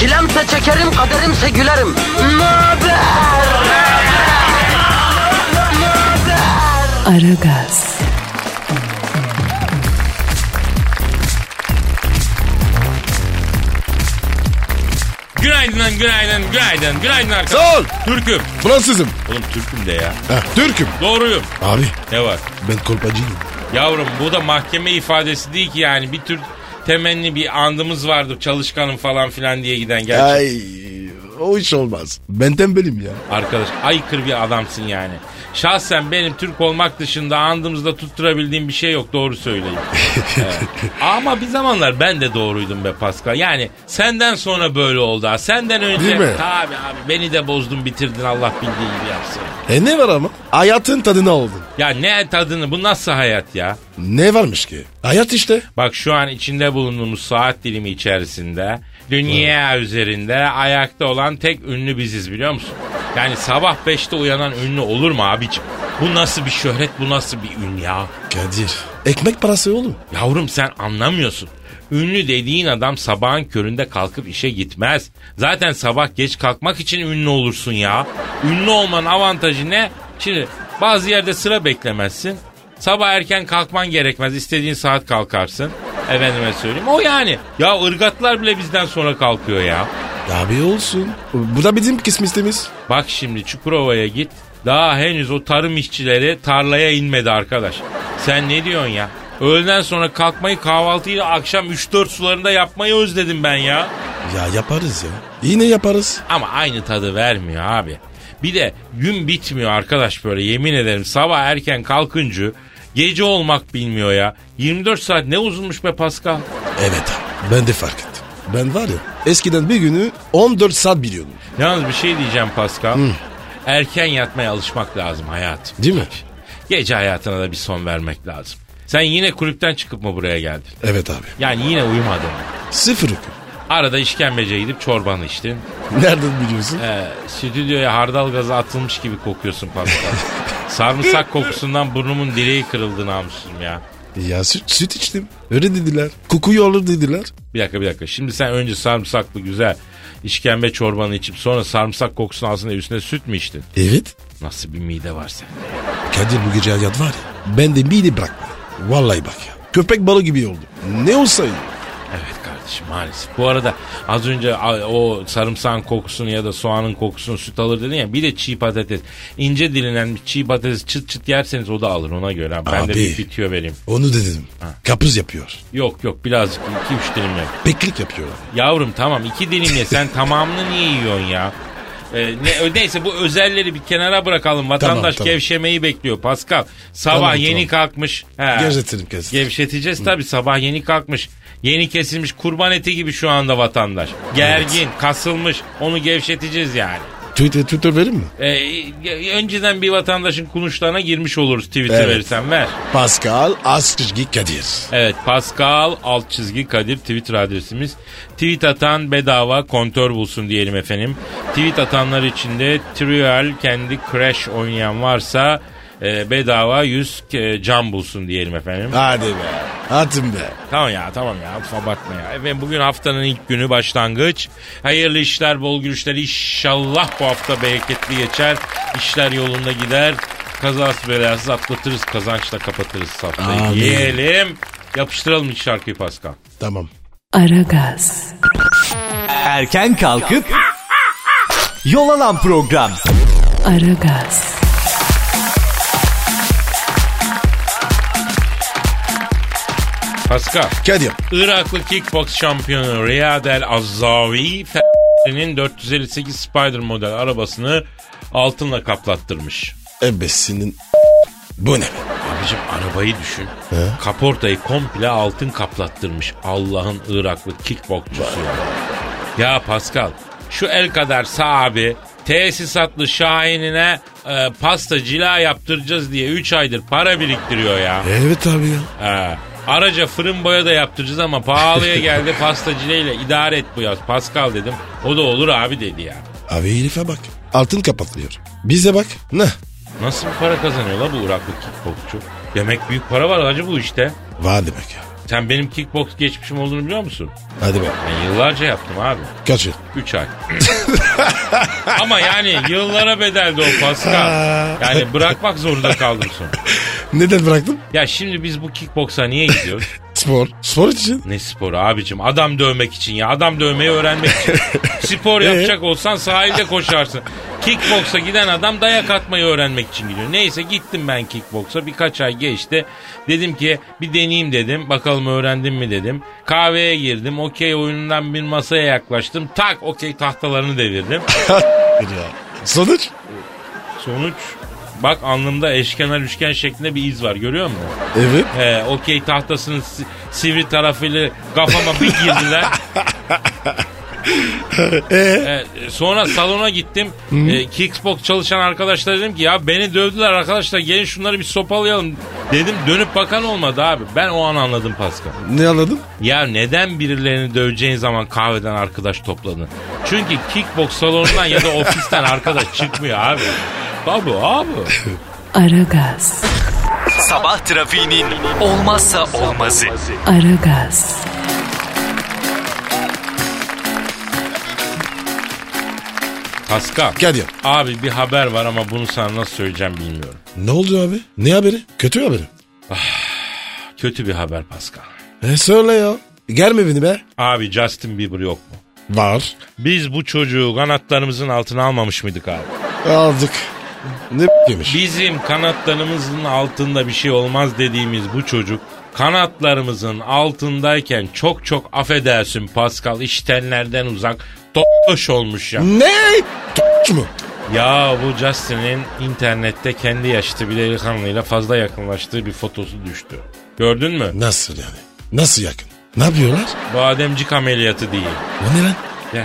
Çilemse çekerim, kaderimse gülerim. Möber! Aragaz, Günaydın, günaydın, günaydın, günaydın arkadaşlar. Sağ ol. Türk'üm. Fransızım. Oğlum Türk'üm de ya. Ha, Türk'üm. Doğruyum. Abi Ne var? ben kolpacıyım. Yavrum bu da mahkeme ifadesi değil ki yani. Bir tür temenni bir andımız vardır çalışkanım falan filan diye giden gerçek. Ay o iş olmaz. Ben tembelim ya. Arkadaş aykır bir adamsın yani. Şahsen benim Türk olmak dışında andımızda tutturabildiğim bir şey yok doğru söyleyeyim. Evet. Ama bir zamanlar ben de doğruydum be Pascal. Yani senden sonra böyle oldu ha. Senden önce Değil mi? tabii abi beni de bozdun bitirdin Allah bildiği gibi yapsın. E ne var ama? Hayatın tadına oldun. Ya ne tadını bu nasıl hayat ya? Ne varmış ki? Hayat işte. Bak şu an içinde bulunduğumuz saat dilimi içerisinde dünya üzerinde ayakta olan tek ünlü biziz biliyor musun? Yani sabah 5'te uyanan ünlü olur mu abicim? Bu nasıl bir şöhret bu nasıl bir ün ya? Kadir. Ekmek parası oğlum. Yavrum sen anlamıyorsun. Ünlü dediğin adam sabahın köründe kalkıp işe gitmez. Zaten sabah geç kalkmak için ünlü olursun ya. Ünlü olmanın avantajı ne? Şimdi bazı yerde sıra beklemezsin. Sabah erken kalkman gerekmez. İstediğin saat kalkarsın. Efendime söyleyeyim. O yani. Ya ırgatlar bile bizden sonra kalkıyor ya. Abi olsun. Bu da bizim kısmetimiz. Bak şimdi Çukurova'ya git. Daha henüz o tarım işçileri tarlaya inmedi arkadaş. Sen ne diyorsun ya? Öğleden sonra kalkmayı kahvaltıyla akşam 3-4 sularında yapmayı özledim ben ya. Ya yaparız ya. Yine yaparız. Ama aynı tadı vermiyor abi. Bir de gün bitmiyor arkadaş böyle yemin ederim. Sabah erken kalkıncı gece olmak bilmiyor ya. 24 saat ne uzunmuş be Pascal. Evet abi. Ben de fark ettim. Ben var ya eskiden bir günü 14 saat biliyordum. Yalnız bir şey diyeceğim Pascal. Erken yatmaya alışmak lazım hayatım. Değil mi? Gece hayatına da bir son vermek lazım. Sen yine kulüpten çıkıp mı buraya geldin? Evet abi. Yani yine uyumadın. mı? Sıfır hüküm. Arada işkembece gidip çorbanı içtin. Nereden biliyorsun? Ee, stüdyoya hardal gazı atılmış gibi kokuyorsun Pascal. Sarımsak kokusundan burnumun direği kırıldı namussuzum ya. Ya süt, süt içtim. Öyle dediler. Kokuyu olur dediler. Bir dakika bir dakika. Şimdi sen önce sarımsaklı güzel işkembe çorbanı içip sonra sarımsak kokusunu alsın diye üstüne süt mü içtin? Evet. Nasıl bir mide var sende? Kadir bu gece hayat var ya. Ben de mini bırakma. Vallahi bak ya. Köpek balığı gibi oldu. Ne olsa iyi. Evet kardeşim maalesef. Bu arada az önce a- o sarımsağın kokusunu ya da soğanın kokusunu süt alır dedin ya bir de çiğ patates. ince dilinen bir çiğ patates çıt çıt yerseniz o da alır ona göre. ha. Ben de Abi. bir bitiyor vereyim. Onu dedim. Kapuz yapıyor. Yok yok birazcık 2-3 dilim ye. Peklik yapıyorlar. Yavrum tamam 2 dilim ye sen tamamını niye yiyorsun ya? Ee, ne, neyse bu özelleri bir kenara bırakalım. Vatandaş tamam. gevşemeyi bekliyor Pascal. Sabah Tamam, yeni kalkmış. He. Gevşetirim kesin. Gevşeteceğiz tabii sabah yeni kalkmış. Yeni kesilmiş kurban eti gibi şu anda vatandaş. Gergin, kasılmış. Onu gevşeteceğiz yani. Twitter, Twitter verir mi? Ee, e, önceden bir vatandaşın kuluşlarına girmiş oluruz Twitter Evet. verirsen ver. Pascal Askışgi Kadir. Evet Pascal alt çizgi Kadir Twitter adresimiz. Tweet atan bedava kontör bulsun diyelim efendim. Tweet atanlar içinde Trial kendi Crash oynayan varsa e, bedava 100 e, cam bulsun diyelim efendim. Hadi be. Atın be. Tamam ya tamam ya uf, abartma ya. Efendim bugün haftanın ilk günü başlangıç. Hayırlı işler bol gülüşler inşallah bu hafta bereketli geçer. İşler yolunda gider. Kazası belasız atlatırız kazançla kapatırız haftayı. Amin. Yiyelim. Yapıştıralım ilk şarkıyı Pascal. Tamam. Aragaz, Erken kalkıp yol alan program. Aragaz, Pascal. Kadir. Iraklı kickbox şampiyonu Riyad El Azavi Ferrari'nin 458 Spider model arabasını altınla kaplattırmış. Ebesinin bu ne? Abicim arabayı düşün. Kaportayı komple altın kaplattırmış Allah'ın Iraklı kickbokçusu. ya. Ya Pascal şu el kadar sahabi tesisatlı Şahin'ine e, pasta cila yaptıracağız diye 3 aydır para biriktiriyor ya. Evet abi ya. He. Araca fırın boya da yaptıracağız ama pahalıya geldi pastacıyla idare et bu yaz. Pascal dedim. O da olur abi dedi ya. Abi herife bak. Altın kapatılıyor. Bize bak. Ne? Nasıl bir para kazanıyor la bu Iraklı kickbokçu? Demek büyük para var hacı bu işte. Var demek ya. Sen benim kickbox geçmişim olduğunu biliyor musun? Hadi bak. Ben yıllarca yaptım abi. Kaç yıl? 3 ay. Ama yani yıllara bedeldi o Pascal. Yani bırakmak zorunda kaldım sonra. Neden bıraktın? Ya şimdi biz bu kickboksa niye gidiyoruz? Spor. Spor için. Ne sporu abicim? Adam dövmek için ya. Adam dövmeyi öğrenmek için. Spor yapacak olsan sahilde koşarsın. Kickboksa giden adam dayak atmayı öğrenmek için gidiyor. Neyse gittim ben kickboksa. Birkaç ay geçti. Dedim ki bir deneyeyim dedim. Bakalım öğrendim mi dedim. Kahveye girdim. Okey oyunundan bir masaya yaklaştım. Tak okey tahtalarını devirdim. Ya. Sonuç? Sonuç bak alnımda eşkenar üçgen şeklinde bir iz var görüyor musun? Evet. He, okey tahtasının si- sivri tarafıyla kafama bir girdiler. Ee, sonra salona gittim. Ee, kickbox çalışan arkadaşlar dedim ki ya beni dövdüler arkadaşlar gelin şunları bir sopalayalım dedim. Dönüp bakan olmadı abi. Ben o an anladım Pascal. Ne anladın? Ya neden birilerini döveceğin zaman kahveden arkadaş topladın? Çünkü kickbox salonundan ya da ofisten arkadaş çıkmıyor abi. Tabii abi. Aragaz, Sabah trafiğinin olmazsa olmazı. Aragaz, Pascal. Kadir. Abi bir haber var ama bunu sana nasıl söyleyeceğim bilmiyorum. Ne oldu abi? Ne haberi? Kötü haberi. Kötü bir haber Pascal. E söyle ya. Gelme beni be. Abi Justin Bieber yok mu? Var. Biz bu çocuğu kanatlarımızın altına almamış mıydık abi? Aldık. Ne demiş? Bizim kanatlarımızın altında bir şey olmaz dediğimiz bu çocuk kanatlarımızın altındayken çok çok affedersin Pascal iştenlerden uzak toş olmuş ya. Ne? T- mu? Ya bu Justin'in internette kendi yaşlı bir delikanlıyla fazla yakınlaştığı bir fotosu düştü. Gördün mü? Nasıl yani? Nasıl yakın? Ne yapıyorlar? Bademcik ameliyatı değil. O ne lan? Gel.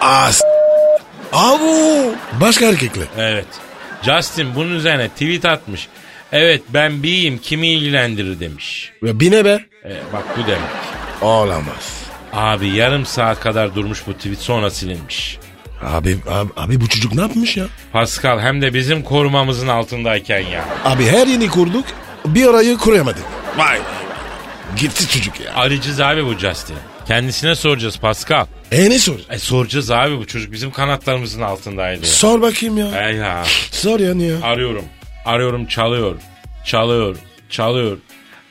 Aa s- Avu. Başka erkekle. Evet. Justin bunun üzerine tweet atmış. Evet ben biriyim kimi ilgilendirir demiş. Ya bine be. E, bak bu demek. Olamaz. Abi yarım saat kadar durmuş bu tweet sonra silinmiş. Abi, abi, abi bu çocuk ne yapmış ya? Pascal hem de bizim korumamızın altındayken ya. Abi her yeni kurduk bir arayı kuramadık. Vay vay vay. Gitti çocuk ya. Arayacağız abi bu Justin. Kendisine soracağız Pascal. E ne sor? E soracağız abi bu çocuk bizim kanatlarımızın altındaydı. Sor bakayım ya. Ey ha. Sor yani ya. Arıyorum. Arıyorum çalıyor. Çalıyor. Çalıyor.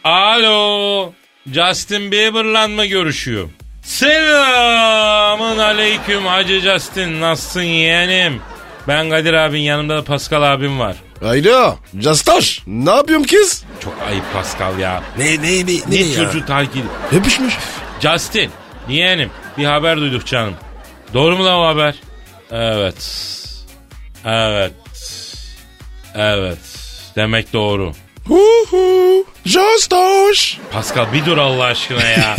Alo. Justin Bieber'la mı görüşüyor? Selamın aleyküm Hacı Justin. Nasılsın yeğenim? Ben Kadir abin yanımda da Pascal abim var. Hayda. Castaş. Ne yapıyorum kız? Çok ayıp Pascal ya. Ne ne ne Ne, çocuğu takip. Öpüşmüş. Justin yeğenim bir haber duyduk canım. Doğru mu lan o haber? Evet. Evet. Evet. Demek doğru. Huhu. Castaş. Pascal bir dur Allah aşkına ya.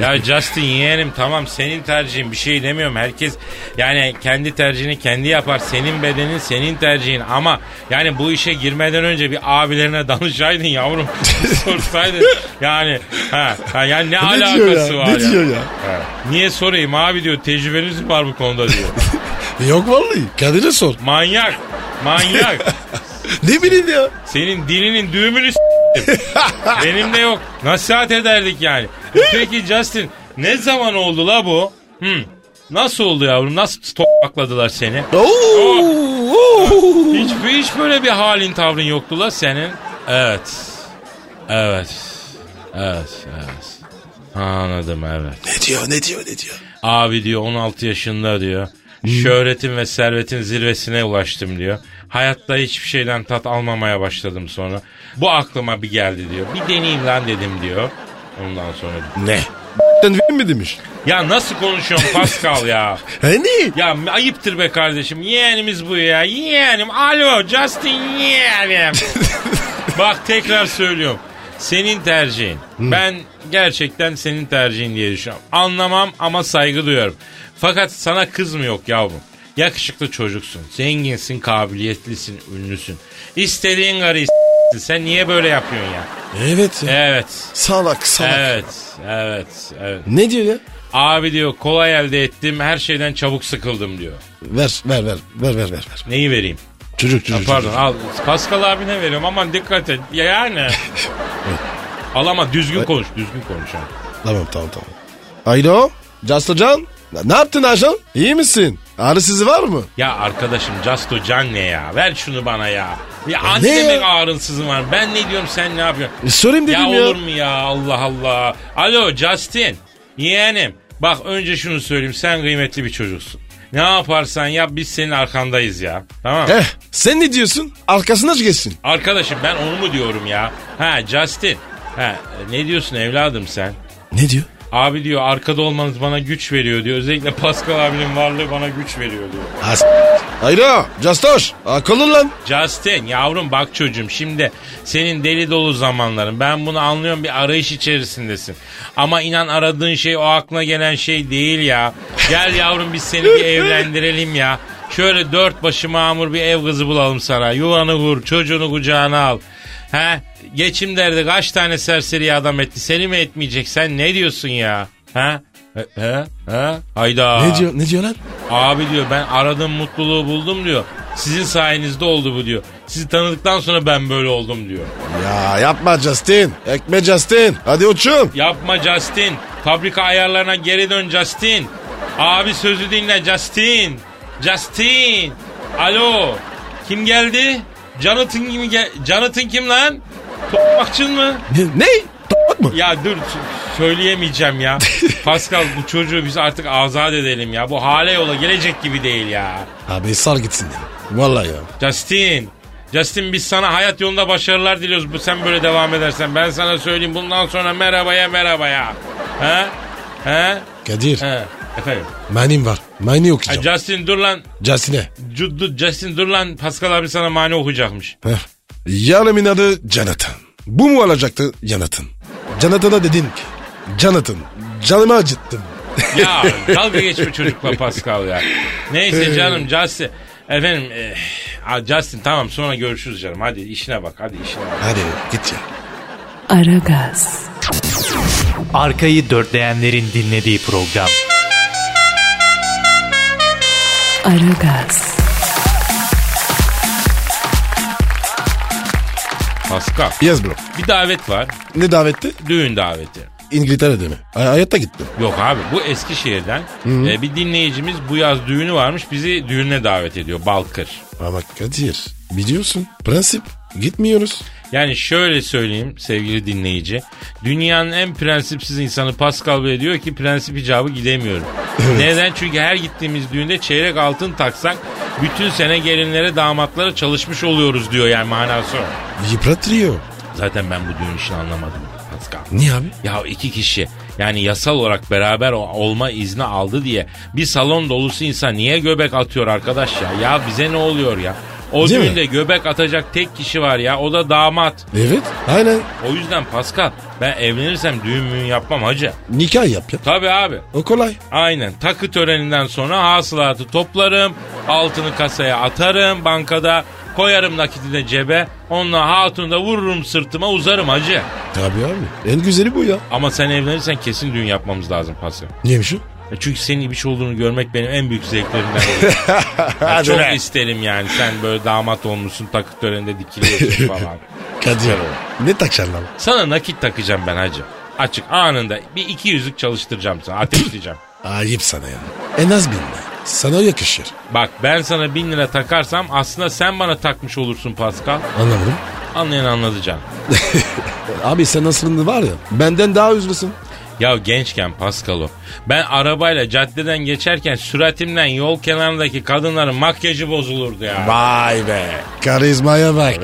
ya Justin yeğenim tamam senin tercihin bir şey demiyorum. Herkes yani kendi tercihini kendi yapar. Senin bedenin senin tercihin ama yani bu işe girmeden önce bir abilerine danışaydın yavrum. Sorsaydın yani ha, ha, yani ne, Ne alakası diyor ya? var Ne ya? diyor ya? Ha, Niye sorayım abi diyor tecrübeniz mi var bu konuda diyor. Yok vallahi. Kadir'e sor. manyak manyak. Ne bileyim ya. Senin dilinin düğümünü s**tim. Benim de yok. Nasihat ederdik yani. E Peki Justin ne zaman oldu la bu? Hmm. Nasıl oldu yavrum? Nasıl toplakladılar seni? Oo. oo. Oh. Ah, Hiç, hiç böyle bir halin tavrın yoktu la senin. Evet. Evet. Evet. Evet. Ha, Anladım evet. Ne diyor ne diyor ne diyor. Abi diyor 16 yaşında diyor. Şöhretin ve servetin zirvesine ulaştım diyor. Hayatta hiçbir şeyden tat almamaya başladım sonra. Bu aklıma bir geldi diyor. Bir deneyeyim lan dedim diyor. Ondan sonra. Ne? Sen mi demiş? Ya nasıl konuşuyorsun Pascal ya? He E, ne? Ya ayıptır be kardeşim. Yeğenimiz bu ya. Yeğenim. Alo Justin yeğenim. Bak tekrar söylüyorum. Senin tercihin. Ben gerçekten senin tercihin diye düşünüyorum. Anlamam ama saygı duyuyorum. Fakat sana kız mı yok yavrum? Yakışıklı çocuksun. Zenginsin, kabiliyetlisin, ünlüsün. İstediğin karıyı s- Sen niye böyle yapıyorsun ya? Evet E. ya. Evet. Salak salak. Evet, evet, evet. Ne diyor ya? Abi diyor kolay elde ettim, her şeyden çabuk sıkıldım diyor. Ver ver ver ver ver ver. ver. Neyi vereyim? Çocuk Ha, çocuk. pardon al. Pascal abine veriyorum aman dikkat et. Ya Yani. al ama düzgün konuş, düzgün konuş. ha. çocuk. Tamam tamam tamam. Alo. Can. Ne yaptın Ajan? İyi misin? Ağrı sizi var mı? Ya arkadaşım Justo Can ne ya? Ver şunu bana ya. Ya anne ne ya? demek ağrınsızım var. Ben ne diyorum sen ne yapıyorsun? E, sorayım dedim ya. ya. olur mu ya Allah Allah. Alo Justin. Yeğenim. Bak önce şunu söyleyeyim. Sen kıymetli bir çocuksun. Ne yaparsan yap biz senin arkandayız ya. Tamam mı? Eh sen ne diyorsun? Arkasına geçsin. Arkadaşım ben onu mu diyorum ya? Ha Justin. Ha, ne diyorsun evladım sen? Ne diyor? Abi diyor arkada olmanız bana güç veriyor diyor. Özellikle Pascal abinin varlığı bana güç veriyor diyor. As Alo. Castoş. Akıllı lan. Justin yavrum bak çocuğum şimdi senin deli dolu zamanların ben bunu anlıyorum bir arayış içerisindesin. Ama inan aradığın şey o aklına gelen şey değil ya. Gel yavrum biz seni bir evlendirelim ya. Şöyle dört başı mamur bir ev kızı bulalım sana. Yuvanı kur çocuğunu kucağına al. He? Geçim derdi kaç tane serseri adam etti. Seni mi etmeyecek sen ne diyorsun ya? He? He? He? He? Hayda. Ne diyor? Ne diyor lan? Abi diyor ben aradığım mutluluğu buldum diyor. Sizin sayenizde oldu bu diyor. Sizi tanıdıktan sonra ben böyle oldum diyor. Ya yapma Justin. Ekme Justin. Hadi uçun. Yapma Justin. Fabrika ayarlarına geri dön Justin. Abi sözü dinle Justin. Justin. Alo. Kim geldi? Jonathan kim, gel Jonathan kim lan? Topakçın mı? Ne? ne? Bak mı? Ya dur s- söyleyemeyeceğim ya. Pascal bu çocuğu biz artık azat edelim ya. Bu hale yola gelecek gibi değil ya. Abi sar gitsin. ya. Vallahi ya. Justin. Justin biz sana hayat yolunda başarılar diliyoruz. Bu sen böyle devam edersen ben sana söyleyeyim bundan sonra merhabaya merhabaya. He? He? Kadir. He. Efendim. Manim var. Mani Ha, okuyacağım. Justin dur lan. Justin'e. Cu- dur, Justin dur lan. Pascal abi sana mani okuyacakmış. Heh. Yarımın adı Jonathan. Bu mu olacaktı Jonathan? Jonathan'a dedin ki. Jonathan. Canımı acıttın. Ya dalga geçme çocukla Pascal ya. Neyse canım Justin. Efendim eh, ha, Justin tamam sonra görüşürüz canım. Hadi işine bak hadi işine bak. Hadi git ya. Aragaz, Arkayı dörtleyenlerin dinlediği program. Aragaz, Pascal Yes bro. bir davet var. Ne davetti? Düğün daveti. İngiltere'de mi? Ay- hayatta gittim. Yok abi bu Eskişehir'den e, bir dinleyicimiz bu yaz düğünü varmış bizi düğüne davet ediyor Balkır. Ama Kadir biliyorsun prensip gitmiyoruz. Yani şöyle söyleyeyim sevgili dinleyici. Dünyanın en prensipsiz insanı Pascal Bey diyor ki prensip icabı gidemiyorum. Neden? Çünkü her gittiğimiz düğünde çeyrek altın taksak bütün sene gelinlere damatlara çalışmış oluyoruz diyor yani manası o. Yıpratıyor. Zaten ben bu düğün işini anlamadım Pascal. Niye abi? Ya iki kişi yani yasal olarak beraber o- olma izni aldı diye bir salon dolusu insan niye göbek atıyor arkadaş ya? Ya bize ne oluyor ya? O Değil mi? düğünde göbek atacak tek kişi var ya o da damat. Evet aynen. O yüzden Pascal ben evlenirsem düğün müğün yapmam hacı. Nikah yap ya. Tabi abi O kolay. aynen takı töreninden sonra hasılatı toplarım altını kasaya atarım bankada koyarım nakiti de cebe onunla hatunu da vururum sırtıma uzarım hacı. Tabii abi. En güzeli bu ya. Ama sen evlenirsen kesin düğün yapmamız lazım Pascal. Neymiş o? E Çünkü senin ibiş olduğunu görmek benim en büyük zevklerimden oluyor. Yani çok be. isterim yani. Sen böyle damat olmuşsun takı töreninde dikiliyorsun falan. Kadir. Ne takacaksın lan? Sana nakit takacağım ben hacı. Açık anında bir iki yüzlük çalıştıracağım sana ateşleyeceğim. Ayıp sana ya. En az bin lira. Sana yakışır. Bak ben sana bin lira takarsam aslında sen bana takmış olursun Pascal. Anlamadım. Anlayan anladı canım. Abi sen aslında var ya benden daha üzlüsün. Ya gençken Pascal'o ben arabayla caddeden geçerken süratimden yol kenarındaki kadınların makyajı bozulurdu ya. Vay be. Karizmaya bak.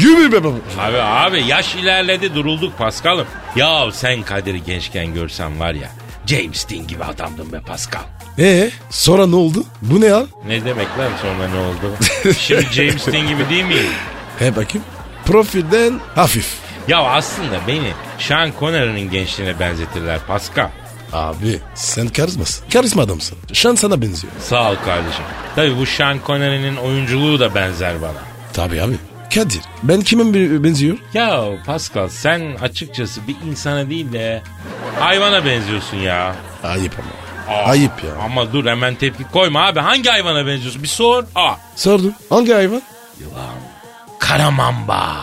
Yürü be baba. Abi abi yaş ilerledi durulduk Paskal'ım. Ya sen Kadir'i gençken görsen var ya James Dean gibi adamdın be Pascal. Ee, sonra ne oldu? Bu ne ya? Ne demek lan sonra ne oldu? Şimdi James Dean gibi değil miyim? He bakayım. Profilden hafif. Ya aslında beni Sean Connery'nin gençliğine benzetirler Pascal. Abi sen karizmasın. Karizma adamsın. Şan sana benziyor. Sağ ol kardeşim. Tabii bu Sean Connery'nin oyunculuğu da benzer bana. Tabii abi. Kadir ben kimin be- benziyor? Ya Pascal sen açıkçası bir insana değil de hayvana benziyorsun ya. Ayıp ama. Aa, Ayıp ya. Ama dur hemen tepki koyma abi. Hangi hayvana benziyorsun? Bir sor. Aa. Sordum. Hangi hayvan? Karamamba.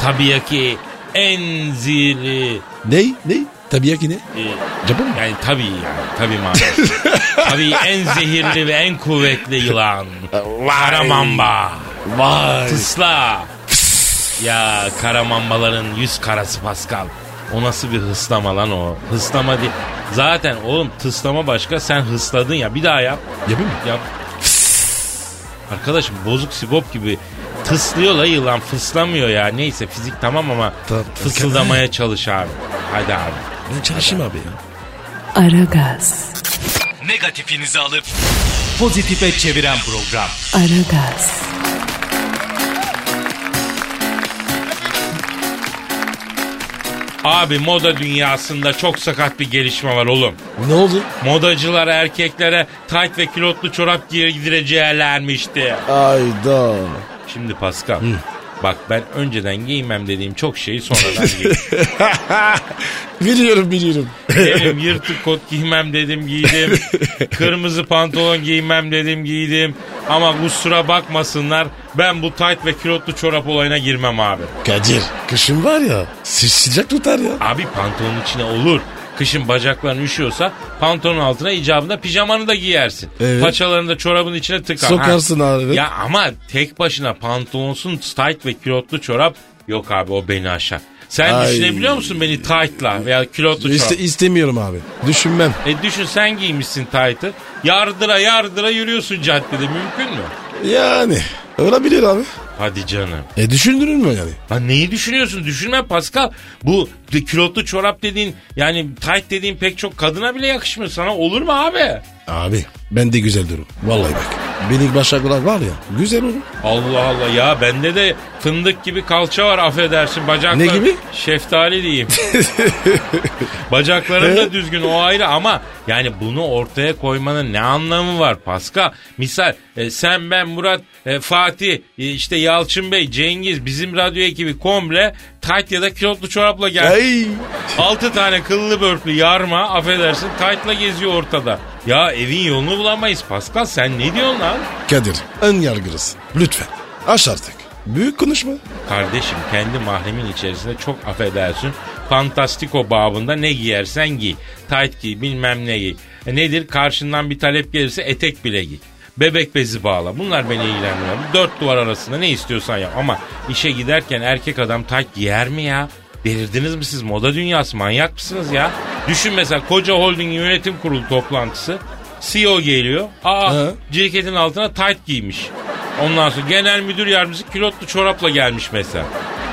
Tabii ki en ziri. Ney? Ney? Tabii ki ne? e, Japon mu? yani tabii yani. Tabii maalesef. tabii en zehirli ve en kuvvetli yılan. Karamamba. Vay. Hısla. ya karamambaların yüz karası Pascal. O nasıl bir hıslama lan o? Hıslama değil. Zaten oğlum tıslama başka sen hısladın ya. Bir daha yap. Yapayım mı? Yap. Arkadaşım bozuk sigop gibi tıslıyor la yılan fıslamıyor ya. Neyse fizik tamam ama Tamam. fısıldamaya çalış abi. Hadi abi. Ben çalışayım abi ya. Aragaz, Negatifinizi alıp pozitife çeviren program. Aragaz, Abi moda dünyasında çok sakat bir gelişme var oğlum. Ne oldu? Modacılara erkeklere tayt ve kilotlu çorap giydireceğilermişti. Ayda. Şimdi Pascal. Bak ben önceden giymem dediğim çok şeyi sonradan giydim. biliyorum biliyorum. Benim yırtık kot giymem dedim giydim. Kırmızı pantolon giymem dedim giydim. Ama kusura bakmasınlar ben bu tayt ve kilotlu çorap olayına girmem abi. Kadir kışın var ya sı- sıcak tutar ya. Abi pantolonun içine olur. Kışın bacakların üşüyorsa pantolonun altına icabında pijamanı da giyersin. Evet. Paçalarını da çorabın içine tıkar. Sokarsın Ha. abi. Ya ama tek başına pantolonsun tight ve kilotlu çorap yok abi o beni aşar. Sen Ay. düşünebiliyor musun beni tight'la veya kilotlu çorap? İste, istemiyorum abi. Düşünmem. E düşün sen giymişsin taytı. Yardıra yardıra yürüyorsun caddede mümkün mü? Yani olabilir abi. Hadi canım. E düşündürür mü yani? Lan neyi düşünüyorsun? Düşünme Pascal. Bu de- külotlu çorap dediğin yani tayt dediğin pek çok kadına bile yakışmıyor sana. Olur mu abi? Abi ben de güzel durum. Vallahi bak. Benim başaklar var ya güzel olur. Allah Allah ya bende de fındık gibi kalça var affedersin bacaklar. Ne gibi? Şeftali diyeyim. Bacaklarım da düzgün o ayrı ama yani bunu ortaya koymanın ne anlamı var Paska? Misal e, sen ben Murat e, Fatih e, işte Yalçın Bey Cengiz bizim radyo ekibi komple tayt ya da kilotlu çorapla geldi. Ay. 6 tane kıllı börtlü yarma affedersin taytla geziyor ortada. Ya evin yolunu bulamayız Pascal sen ne diyorsun lan? Kadir ön yargılısın. Lütfen aş artık. Büyük konuşma. Kardeşim kendi mahremin içerisinde çok affedersin. Fantastiko babında ne giyersen giy. Tayt giy bilmem ne giy. E nedir karşından bir talep gelirse etek bile giy. Bebek bezi bağla. Bunlar beni ilgilendirmiyor. Dört duvar arasında ne istiyorsan yap. Ama işe giderken erkek adam tayt giyer mi ya? Delirdiniz mi siz? Moda dünyası manyak mısınız ya? Düşün mesela koca holding yönetim kurulu toplantısı. CEO geliyor. Aa Hı. ceketin altına tayt giymiş. Ondan sonra genel müdür yardımcısı kilotlu çorapla gelmiş mesela.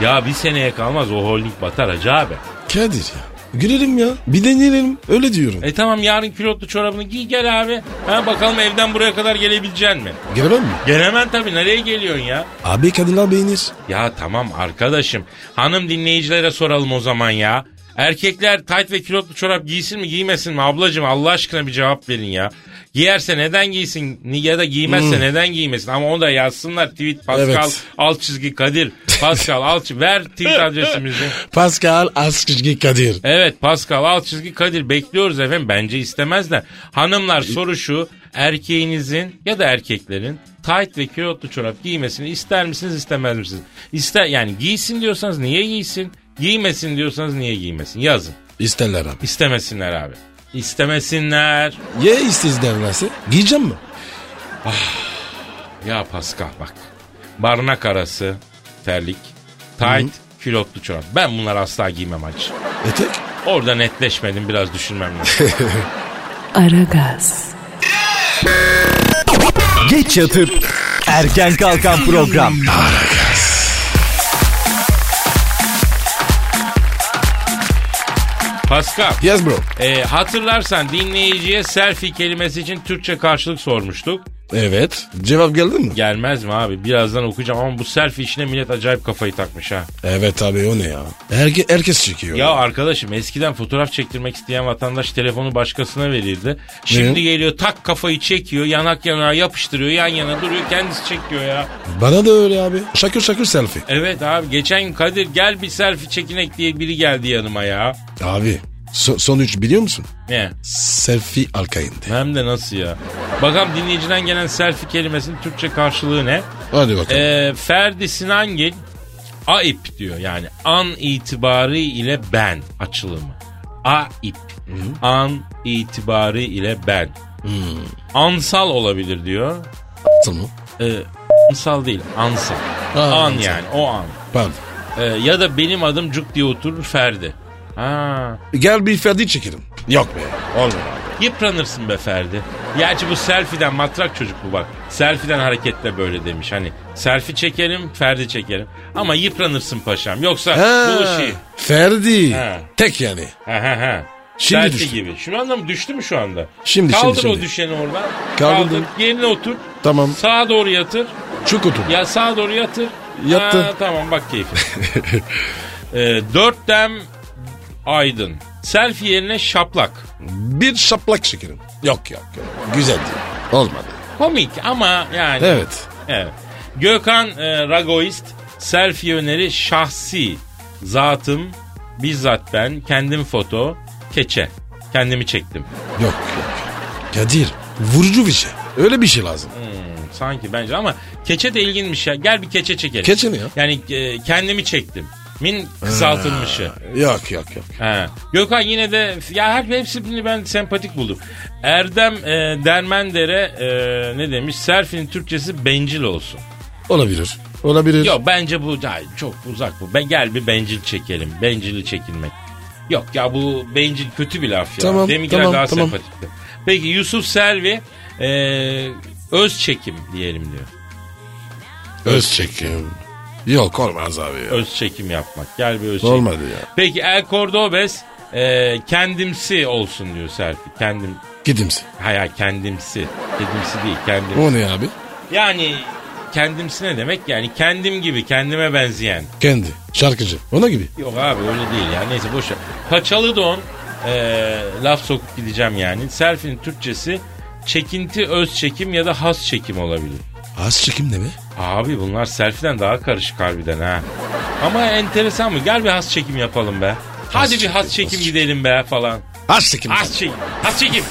Ya bir seneye kalmaz o holding batar hacı abi. Kadir ya. Gülerim ya. Bir deneyelim. Öyle diyorum. E tamam yarın kilotlu çorabını giy gel abi. Ha bakalım evden buraya kadar gelebilecek mi? Gelemem mi? Gelemem tabii nereye geliyorsun ya? Abi kadınlar beğenir. Ya tamam arkadaşım. Hanım dinleyicilere soralım o zaman ya. Erkekler tayt ve kilotlu çorap giysin mi giymesin mi ablacığım Allah aşkına bir cevap verin ya. Giyerse neden giysin ya da giymezse neden giymesin ama onu da yazsınlar tweet Pascal Evet. alt çizgi Kadir Pascal alt çizgi ver tweet adresimizi. Pascal Askışki Kadir. Evet Pascal alt çizgi Kadir bekliyoruz efendim bence istemezler. Hanımlar soru şu erkeğinizin ya da erkeklerin tayt ve kilotlu çorap giymesini ister misiniz istemez misiniz? İster yani giysin diyorsanız niye giysin? Giymesin diyorsanız niye giymesin? Yazın. İsterler abi. İstemesinler abi. İstemesinler. Ya istizlerlerse? Giyeceğim mi? Ya Pascal bak. Barnak arası terlik, tayt, kilotlu çorap. Ben bunları asla giymem acı. Etek? Orada netleşmedim biraz düşünmem lazım. Aragaz, Geç yatıp erken kalkan program. Pascal. Yes bro. Ee, E, hatırlarsan dinleyiciye selfie kelimesi için Türkçe karşılık sormuştuk. Evet. Cevap geldi mi? Gelmez mi abi? Birazdan okuyacağım ama bu selfie işine millet acayip kafayı takmış ha. Evet abi o ne ya? Herke, herkes çekiyor. Ya arkadaşım eskiden fotoğraf çektirmek isteyen vatandaş telefonu başkasına verirdi. Şimdi Ne? geliyor tak kafayı çekiyor yanak yanağa yapıştırıyor yan yana duruyor kendisi çekiyor ya. Bana da öyle abi. Şakır şakır selfie. Evet abi geçen gün Kadir gel bir selfie çekinek diye biri geldi yanıma ya. Abi so- son üç biliyor musun? Ne? Selfie alkayinde. Hem de nasıl ya? Bakalım dinleyiciden gelen selfie kelimesinin Türkçe karşılığı ne? Hadi bakalım. Ee, Ferdi Sinangil AIP diyor yani an itibarı ile ben açılımı. AIP. An itibarı ile ben. Ansal olabilir diyor. Tamam. Ee, ansal değil ansal. Ha, an ansal. yani o an. Pardon. Ee, ya da benim adım cuk diye oturur Ferdi. Ha. Gel bir Ferdi çekelim. Yok be. Olmaz abi. Yıpranırsın be Ferdi. Gerçi bu selfie'den matrak çocuk bu bak. Selfie'den hareketle böyle demiş. Hani selfie çekelim, Ferdi çekelim. Ama yıpranırsın paşam. Yoksa bu şey. Ferdi. Ha. Tek yani. Ha ha ha. Şimdi selfie düştü. gibi. Şunu anlamı düştü mü şu anda? Şimdi, Kaldır şimdi, o şimdi. düşeni oradan. Kaldırdım. Kaldır. Yerine otur. Tamam. Sağa doğru yatır. Çok otur. Ya sağa doğru yatır. Yattı. Ha, tamam bak keyfim. ee, dörttem aydın. Selfie yerine şaplak. Bir şaplak çekelim. Yok yok. yok. Güzeldi. Olmadı. Komik ama yani. Evet. Evet. Gökhan e, Ragoist selfie öneri şahsi. Zatım, bizzat ben, kendim foto, keçe. Kendimi çektim. Yok yok. Kadir. Vurucu bir şey. Öyle bir şey lazım. Sanki bence ama keçe de ilginmiş ya. Gel bir keçe çekelim. Keçe ne ya? Yani e, kendimi çektim. Min kısaltılmışı. Yok yok yok. He. Gökhan yine de ya her hepsini ben sempatik buldum. Erdem e, Dermendere e, ne demiş? Selfie'nin Türkçesi bencil olsun. Olabilir. Olabilir. Yok bence bu ay, çok uzak bu. Ben gel bir bencil çekelim. Bencili çekilmek. Yok ya bu bencil kötü bir laf ya. Tamam, Deminkiler tamam, daha tamam. sempatikti. Peki Yusuf Selvi e, öz çekim diyelim diyor. Öz çekim. Yok olmaz abi ya. Öz çekim yapmak. Gel bir öz çekim. Olmadı ya. Peki El Cordobes e, kendimsi olsun diyor Serpil. Kendim Gidimsin. Hayır kendimsi. Kendimsi değil kendim. O ne abi? Yani kendimsi ne demek? Yani kendim gibi kendime benzeyen. Kendi. Şarkıcı. Ona gibi. Yok abi öyle değil ya. Neyse boş ver. Paçalı don. eee, laf sokup gideceğim yani. Selfie'nin Türkçesi çekinti öz çekim ya da has çekim olabilir. Az çekim ne be? Abi bunlar selfie'den daha karışık harbiden ha. Ama enteresan mı? Gel bir has çekim yapalım be. Hadi bir has çekim, çekim, has gidelim be falan. Az çekim. Has çekim. Has çekim.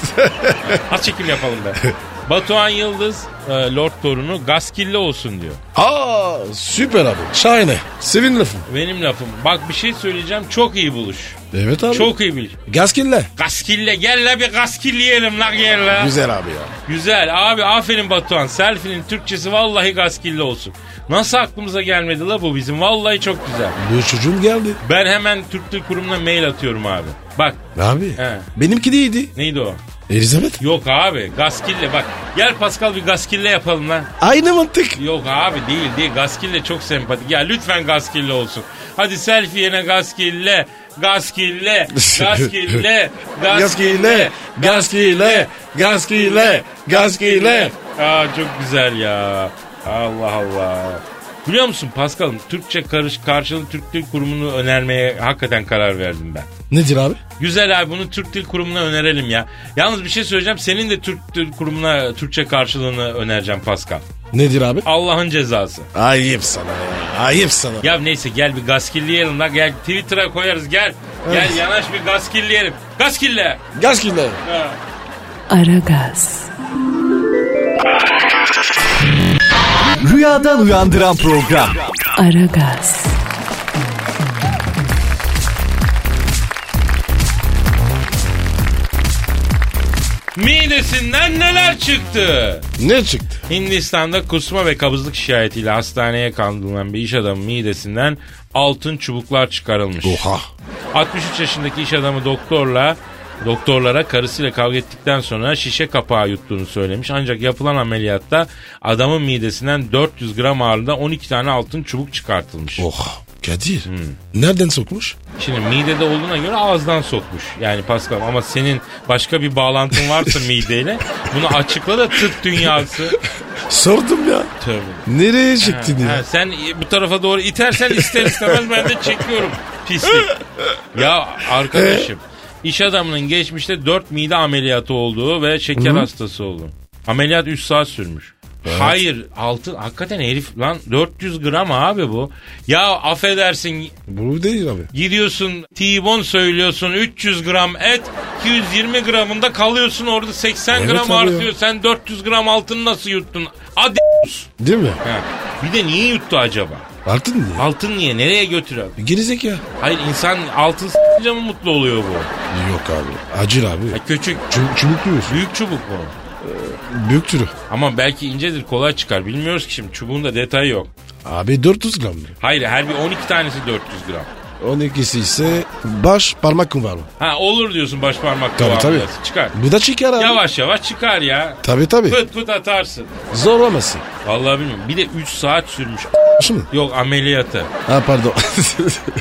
has çekim yapalım be. Batuhan Yıldız eee, Lord torunu gaskilli olsun diyor. Aa süper abi. Şahane. Sevin lafım. Benim lafım. Bak bir şey söyleyeceğim. Çok iyi buluş. Evet abi. Çok iyi buluş. Gaskille. Gaskille gel la bir gaskilleyelim la gel la. Güzel. Güzel abi abi ya. aferin Batuhan. Selfie'nin Türkçesi vallahi gaskille olsun. Nasıl aklımıza gelmedi la bu bizim? Vallahi çok güzel. Bu çocuğun geldi. Ben hemen Türk Dil Kurumu'na mail atıyorum abi. Bak Abi. He. Benimki değildi. neydi o? Elizabeth. Yok abi gaskille bak. Gel Pascal bir gaskille yapalım lan. Aynı mantık. Yok abi değil değil. Gaskille çok sempatik. Ya lütfen gaskille olsun. Hadi selfie yene gaskille. Gaskille. Gaskille. Gaskille. Gaskille. Gaskille. Gaskille. Aa çok güzel ya. Allah Allah. Biliyor musun Paskal'ım Türkçe karış karşılığı Türk Dil Kurumu'nu önermeye hakikaten karar verdim ben. Nedir abi? Güzel abi bunu Türk Dil Kurumu'na önerelim ya. Yalnız bir şey söyleyeceğim. Senin de Türk Dil Kurumu'na Türkçe karşılığını önereceğim Paskal. Nedir abi? Allah'ın cezası. Ayıp sana ya. Ayıp sana. Ya neyse gel bir gaskilleyelim la gel Twitter'a koyarız gel. Gel yanaş bir gaskilleyelim. Gaskille. Gaskille. Ha. Aragaz, Rüyadan uyandıran program. Aragaz, Midesinden neler çıktı? Ne çıktı? Hindistan'da kusma ve kabızlık şikayetiyle hastaneye kaldırılan bir iş adamı midesinden altın çubuklar çıkarılmış. Oha. 63 yaşındaki iş adamı doktorla doktorlara karısıyla kavga ettikten sonra şişe kapağı yuttuğunu söylemiş. Ancak yapılan ameliyatta adamın midesinden 400 gram ağırlığında 12 tane altın çubuk çıkartılmış. Oha. Oh. Kadir. Nereden sokmuş? Şimdi midede olduğuna göre ağızdan sokmuş. Yani Pascal ama senin başka bir bağlantın varsa mideyle bunu açıkla da tıp dünyası. Sordum ya. Tövbe. Nereye çektin Ha, ya? sen bu tarafa doğru itersen ister istemez ben de çekiyorum. Pislik. Ya arkadaşım iş adamının geçmişte 4 mide ameliyatı olduğu ve şeker hastası olduğu. Ameliyat 3 saat sürmüş. Hayır altın hakikaten herif lan 400 gram abi bu. Ya affedersin Bu değil abi. Gidiyorsun T-bone söylüyorsun 300 gram et 220 gramında kalıyorsun orada 80 Evet gram abi artıyor. ya. Sen 400 gram altını nasıl yuttun? Adi Değil mi? Ha, Bir de niye yuttu acaba? Artık mı? Altın niye? Nereye götürüyor? Gerizek ya. Hayır insan altın s***ince mi mutlu oluyor bu? Yok abi. Acil abi. Ha, küçük. Çubuk, çubuk diyorsun. Büyük çubuk bu. Büyük türü. Ama belki incedir kolay çıkar. Bilmiyoruz ki şimdi çubuğun da detayı yok. Abi 400 gram mı? Hayır her bir 12 tanesi 400 gram. 12'si ise baş parmak kıvamı. Ha olur diyorsun baş parmak Tabii, kıvamı tabii. arası. Çıkar. Bu da çıkar abi. Yavaş yavaş çıkar ya. Tabii tabii. Pıt pıt atarsın. Zorlamasın. Vallahi bilmiyorum. Bir de 3 saat sürmüş. Şimdi. Yok ameliyatı. Ha pardon.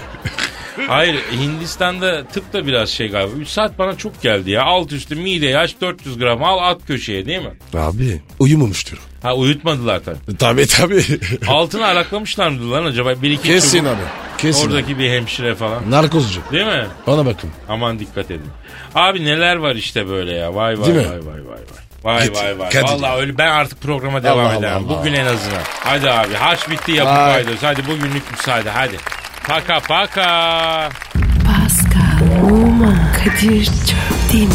Hayır Hindistan'da tıp da biraz şey galiba. 3 saat bana çok geldi ya. Alt üstü mideye aç 400 gram al at köşeye değil mi? abi uyumamış diyor. Ha uyutmadılar tabii. Tabii tabii. Altını araklamışlar mı lan acaba? Bir iki Kesin çubuk. abi. Kesin. Oradaki bir hemşire falan. Narkozcu. Değil mi? Ona bakın. Aman dikkat edin. Abi neler var işte böyle ya. Vay vay Değil vay, mi? vay vay vay. Vay Git, vay vay. Kadir. Vallahi öyle ben artık programa devam Allah edemem. Allah. Bugün en azından. Hadi abi harç bitti yapın Vay. paydos. Hadi bugünlük müsaade hadi. Paka paka. Pascal, Oman, Kadir çok değil mi?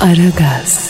Aragaz.